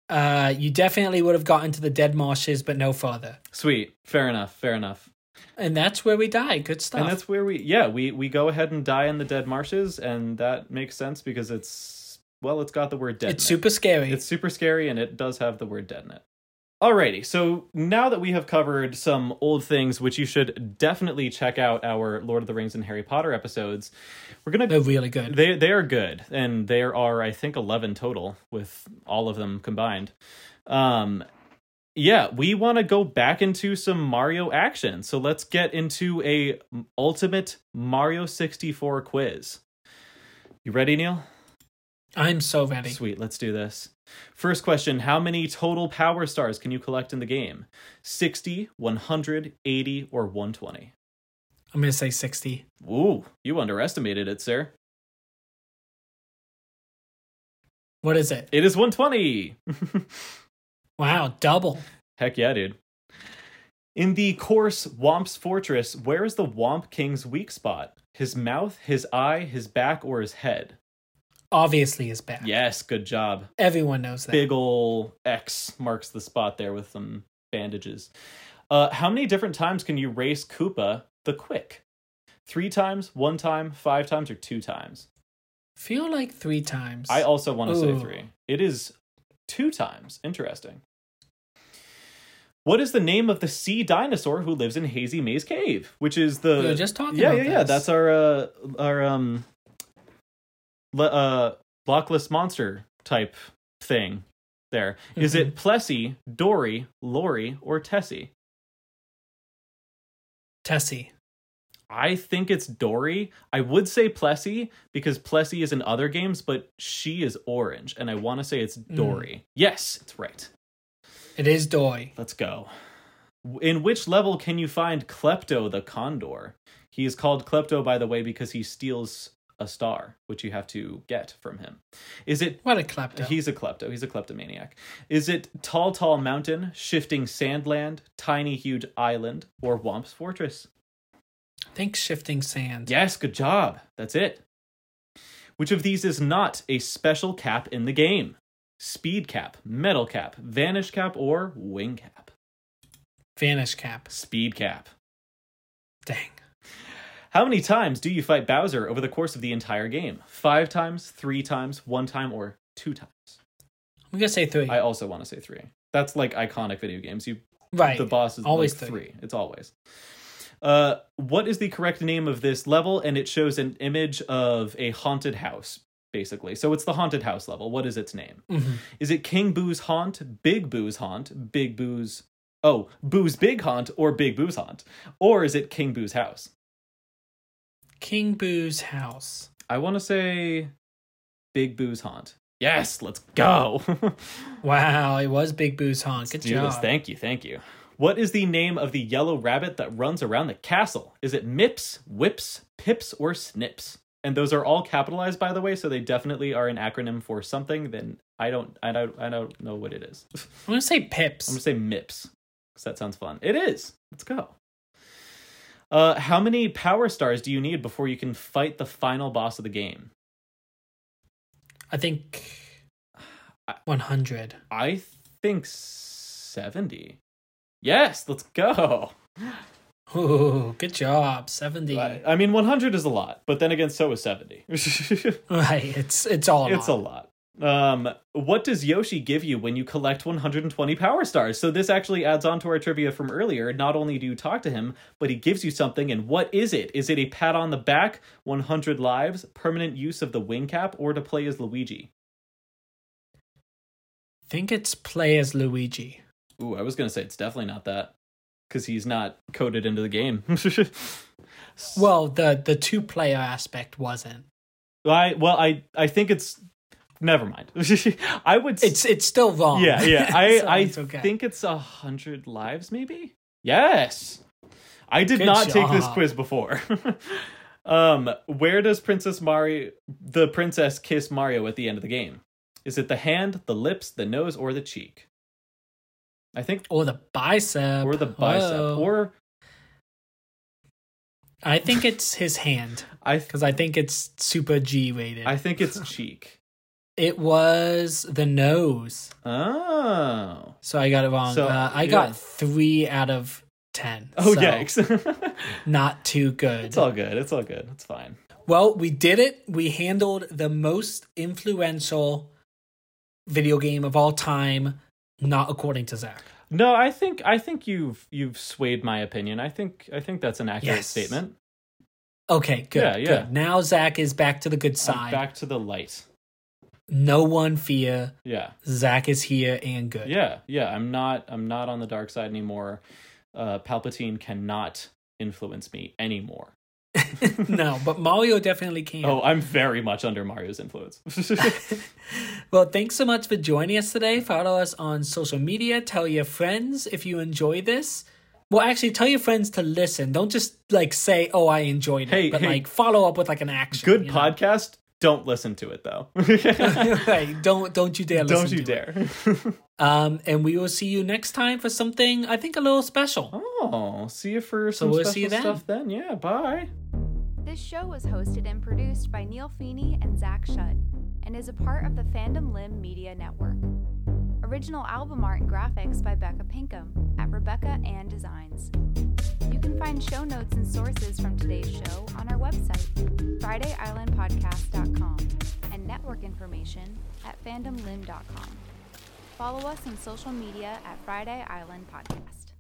Speaker 2: Uh, you definitely would have gotten to the dead marshes, but no further.
Speaker 1: Sweet. Fair enough. Fair enough.
Speaker 2: And that's where we die. Good stuff.
Speaker 1: And that's where we yeah, we we go ahead and die in the dead marshes and that makes sense because it's well, it's got the word dead.
Speaker 2: it's
Speaker 1: in it.
Speaker 2: super scary.
Speaker 1: It's super scary and it does have the word dead in it. Alrighty, so now that we have covered some old things, which you should definitely check out our Lord of the Rings and Harry Potter episodes, we're gonna
Speaker 2: They're really good.
Speaker 1: they they are good, and there are I think eleven total with all of them combined. Um, yeah, we want to go back into some Mario action, so let's get into a ultimate Mario sixty four quiz. You ready, Neil?
Speaker 2: I'm so ready.
Speaker 1: Sweet, let's do this. First question How many total power stars can you collect in the game? 60, 100, 80, or 120?
Speaker 2: I'm gonna say sixty.
Speaker 1: Ooh, you underestimated it, sir.
Speaker 2: What is it?
Speaker 1: It is 120.
Speaker 2: Wow, double.
Speaker 1: Heck yeah, dude. In the coarse Womp's fortress, where is the Womp King's weak spot? His mouth, his eye, his back, or his head?
Speaker 2: Obviously, is bad.
Speaker 1: Yes, good job.
Speaker 2: Everyone knows that.
Speaker 1: Big ol' X marks the spot there with some bandages. Uh, how many different times can you race Koopa the Quick? three times, one time, five times, or two times?
Speaker 2: Feel like three times.
Speaker 1: I also want to
Speaker 2: Ooh.
Speaker 1: say three. It is two times. Interesting. What is the name of the sea dinosaur who lives in Hazy Maze Cave? Which is the
Speaker 2: We were just talking
Speaker 1: yeah,
Speaker 2: about
Speaker 1: yeah, yeah.
Speaker 2: this.
Speaker 1: That's our uh, our um, le- uh, Loch Ness monster type thing. There Is
Speaker 2: Mm-hmm.
Speaker 1: it Plessy, Dory, Lori, or Tessie?
Speaker 2: Tessie.
Speaker 1: I think it's Dory. I would say Plessy because Plessy is in other games, but she is orange, and I want to say it's Dory. Yes, it's right.
Speaker 2: It is Doy.
Speaker 1: Let's go. In which level can you find Klepto the Condor? He is called Klepto, by the way, because he steals a star, which you have to get from him. Is it.
Speaker 2: What a klepto.
Speaker 1: He's a klepto. He's a kleptomaniac. Is it Tall Tall Mountain, Shifting Sandland, Tiny Huge Island, or Womp's Fortress?
Speaker 2: Think shifting sand.
Speaker 1: Yes, good job. That's it. Which of these is not a special cap in the game? Speed cap, metal cap, vanish cap, or wing cap?
Speaker 2: Vanish cap.
Speaker 1: Speed cap.
Speaker 2: Dang.
Speaker 1: How many times do you fight Bowser over the course of the entire game? Five times, three times, one time, or two times?
Speaker 2: I'm gonna say three.
Speaker 1: I also want to say three. That's like iconic video games. You
Speaker 2: right.
Speaker 1: the boss is always
Speaker 2: Always three.
Speaker 1: three. It's always. Uh, what is the correct name of this level? And it shows an image of a haunted house, basically. So it's the haunted house level. What is its name?
Speaker 2: Mhm.
Speaker 1: Is it King Boo's Haunt, Big Boo's Haunt, Big Boo's Oh, Boo's Big Haunt, or Big Boo's Haunt? Or is it King Boo's house?
Speaker 2: King Boo's house.
Speaker 1: I want to say Big Boo's Haunt. Yes, let's go.
Speaker 2: Wow, it was Big Boo's honk. Good
Speaker 1: do this.
Speaker 2: job.
Speaker 1: Thank you, thank you. What is the name of the yellow rabbit that runs around the castle? Is it Mips, Whips, Pips, or Snips? And those are all capitalized, by the way, so they definitely are an acronym for something. Then I don't, I don't, I don't know what it is.
Speaker 2: I'm gonna say
Speaker 1: I'm gonna
Speaker 2: Pips.
Speaker 1: say Mips because that sounds fun. It is. Let's go. Uh, how many power stars do you need before you can fight the final boss of the game?
Speaker 2: I think 100.
Speaker 1: I think seventy. Yes, let's go.
Speaker 2: Ooh, good job. 70.
Speaker 1: I, I mean, 100 is a lot, but then again, so is 70.
Speaker 2: Right, It's it's all.
Speaker 1: it's a lot. Um, what does Yoshi give you when you collect 120 power stars? So this actually adds on to our trivia from earlier. Not only do you talk to him, but he gives you something. And what is it? Is it a pat on the back, 100 lives, permanent use of the wing cap, or to play as Luigi?
Speaker 2: think it's play as Luigi.
Speaker 1: Ooh, I was gonna say it's definitely not that, because he's not coded into the game.
Speaker 2: Well, the the two player aspect wasn't.
Speaker 1: I well, I I think it's. Never mind. I would. s-
Speaker 2: It's it's still wrong.
Speaker 1: Yeah, yeah. I
Speaker 2: So
Speaker 1: I
Speaker 2: it's okay.
Speaker 1: think it's a hundred lives, maybe. Yes, I did
Speaker 2: Good
Speaker 1: not take this
Speaker 2: job.
Speaker 1: quiz before. um, where does Princess Mario, the princess, kiss Mario at the end of the game? Is it the hand, the lips, the nose, or the cheek? I think,
Speaker 2: or the bicep
Speaker 1: or the bicep,
Speaker 2: Whoa.
Speaker 1: or
Speaker 2: I think it's his hand
Speaker 1: I. Th-
Speaker 2: because I think it's super G rated.
Speaker 1: I think it's cheek.
Speaker 2: It was the nose,
Speaker 1: Oh.
Speaker 2: so I got it wrong.
Speaker 1: So,
Speaker 2: uh, I
Speaker 1: yeah.
Speaker 2: got three out of ten.
Speaker 1: Oh
Speaker 2: so
Speaker 1: yikes!
Speaker 2: not too good.
Speaker 1: it's all good. It's all good. It's fine.
Speaker 2: Well, we did it. We handled the most influential video game of all time, not according to Zach.
Speaker 1: No, I think I think you've you've swayed my opinion. I think I think that's an accurate
Speaker 2: Yes.
Speaker 1: statement.
Speaker 2: Okay, good.
Speaker 1: Yeah, yeah.
Speaker 2: Good. Now Zach is back to the good
Speaker 1: I'm
Speaker 2: side.
Speaker 1: Back to the light.
Speaker 2: No one fear.
Speaker 1: Yeah.
Speaker 2: Zach is here and good.
Speaker 1: Yeah. Yeah. I'm not I'm not on the dark side anymore. Uh Palpatine cannot influence me anymore.
Speaker 2: no, but Mario definitely can.
Speaker 1: Oh, I'm very much under Mario's influence.
Speaker 2: Well, thanks so much for joining us today. Follow us on social media. Tell your friends if you enjoy this. Well, actually, tell your friends to listen. Don't just like say, "Oh, I enjoyed it,"
Speaker 1: Hey,
Speaker 2: but
Speaker 1: hey.
Speaker 2: like follow up with like an action.
Speaker 1: Good
Speaker 2: you know?
Speaker 1: podcast. Don't listen to it though.
Speaker 2: right? Don't don't you dare.
Speaker 1: Don't
Speaker 2: listen
Speaker 1: you
Speaker 2: to it.
Speaker 1: dare.
Speaker 2: Um, and we will see you next time for something I think a little special.
Speaker 1: oh, see you for
Speaker 2: So
Speaker 1: some
Speaker 2: we'll
Speaker 1: special
Speaker 2: see you then.
Speaker 1: stuff then. Yeah, bye.
Speaker 5: This show was hosted and produced by Neil Feeney and Zach Shutt and is a part of the Fandom Lim Media Network. Original album art and graphics by Becca Pinkham at Rebecca Ann Designs. You can find show notes and sources from today's show on our website, FridayIslandPodcast.com, and network information at FandomLim.com. Follow us on social media at Friday Island Podcast.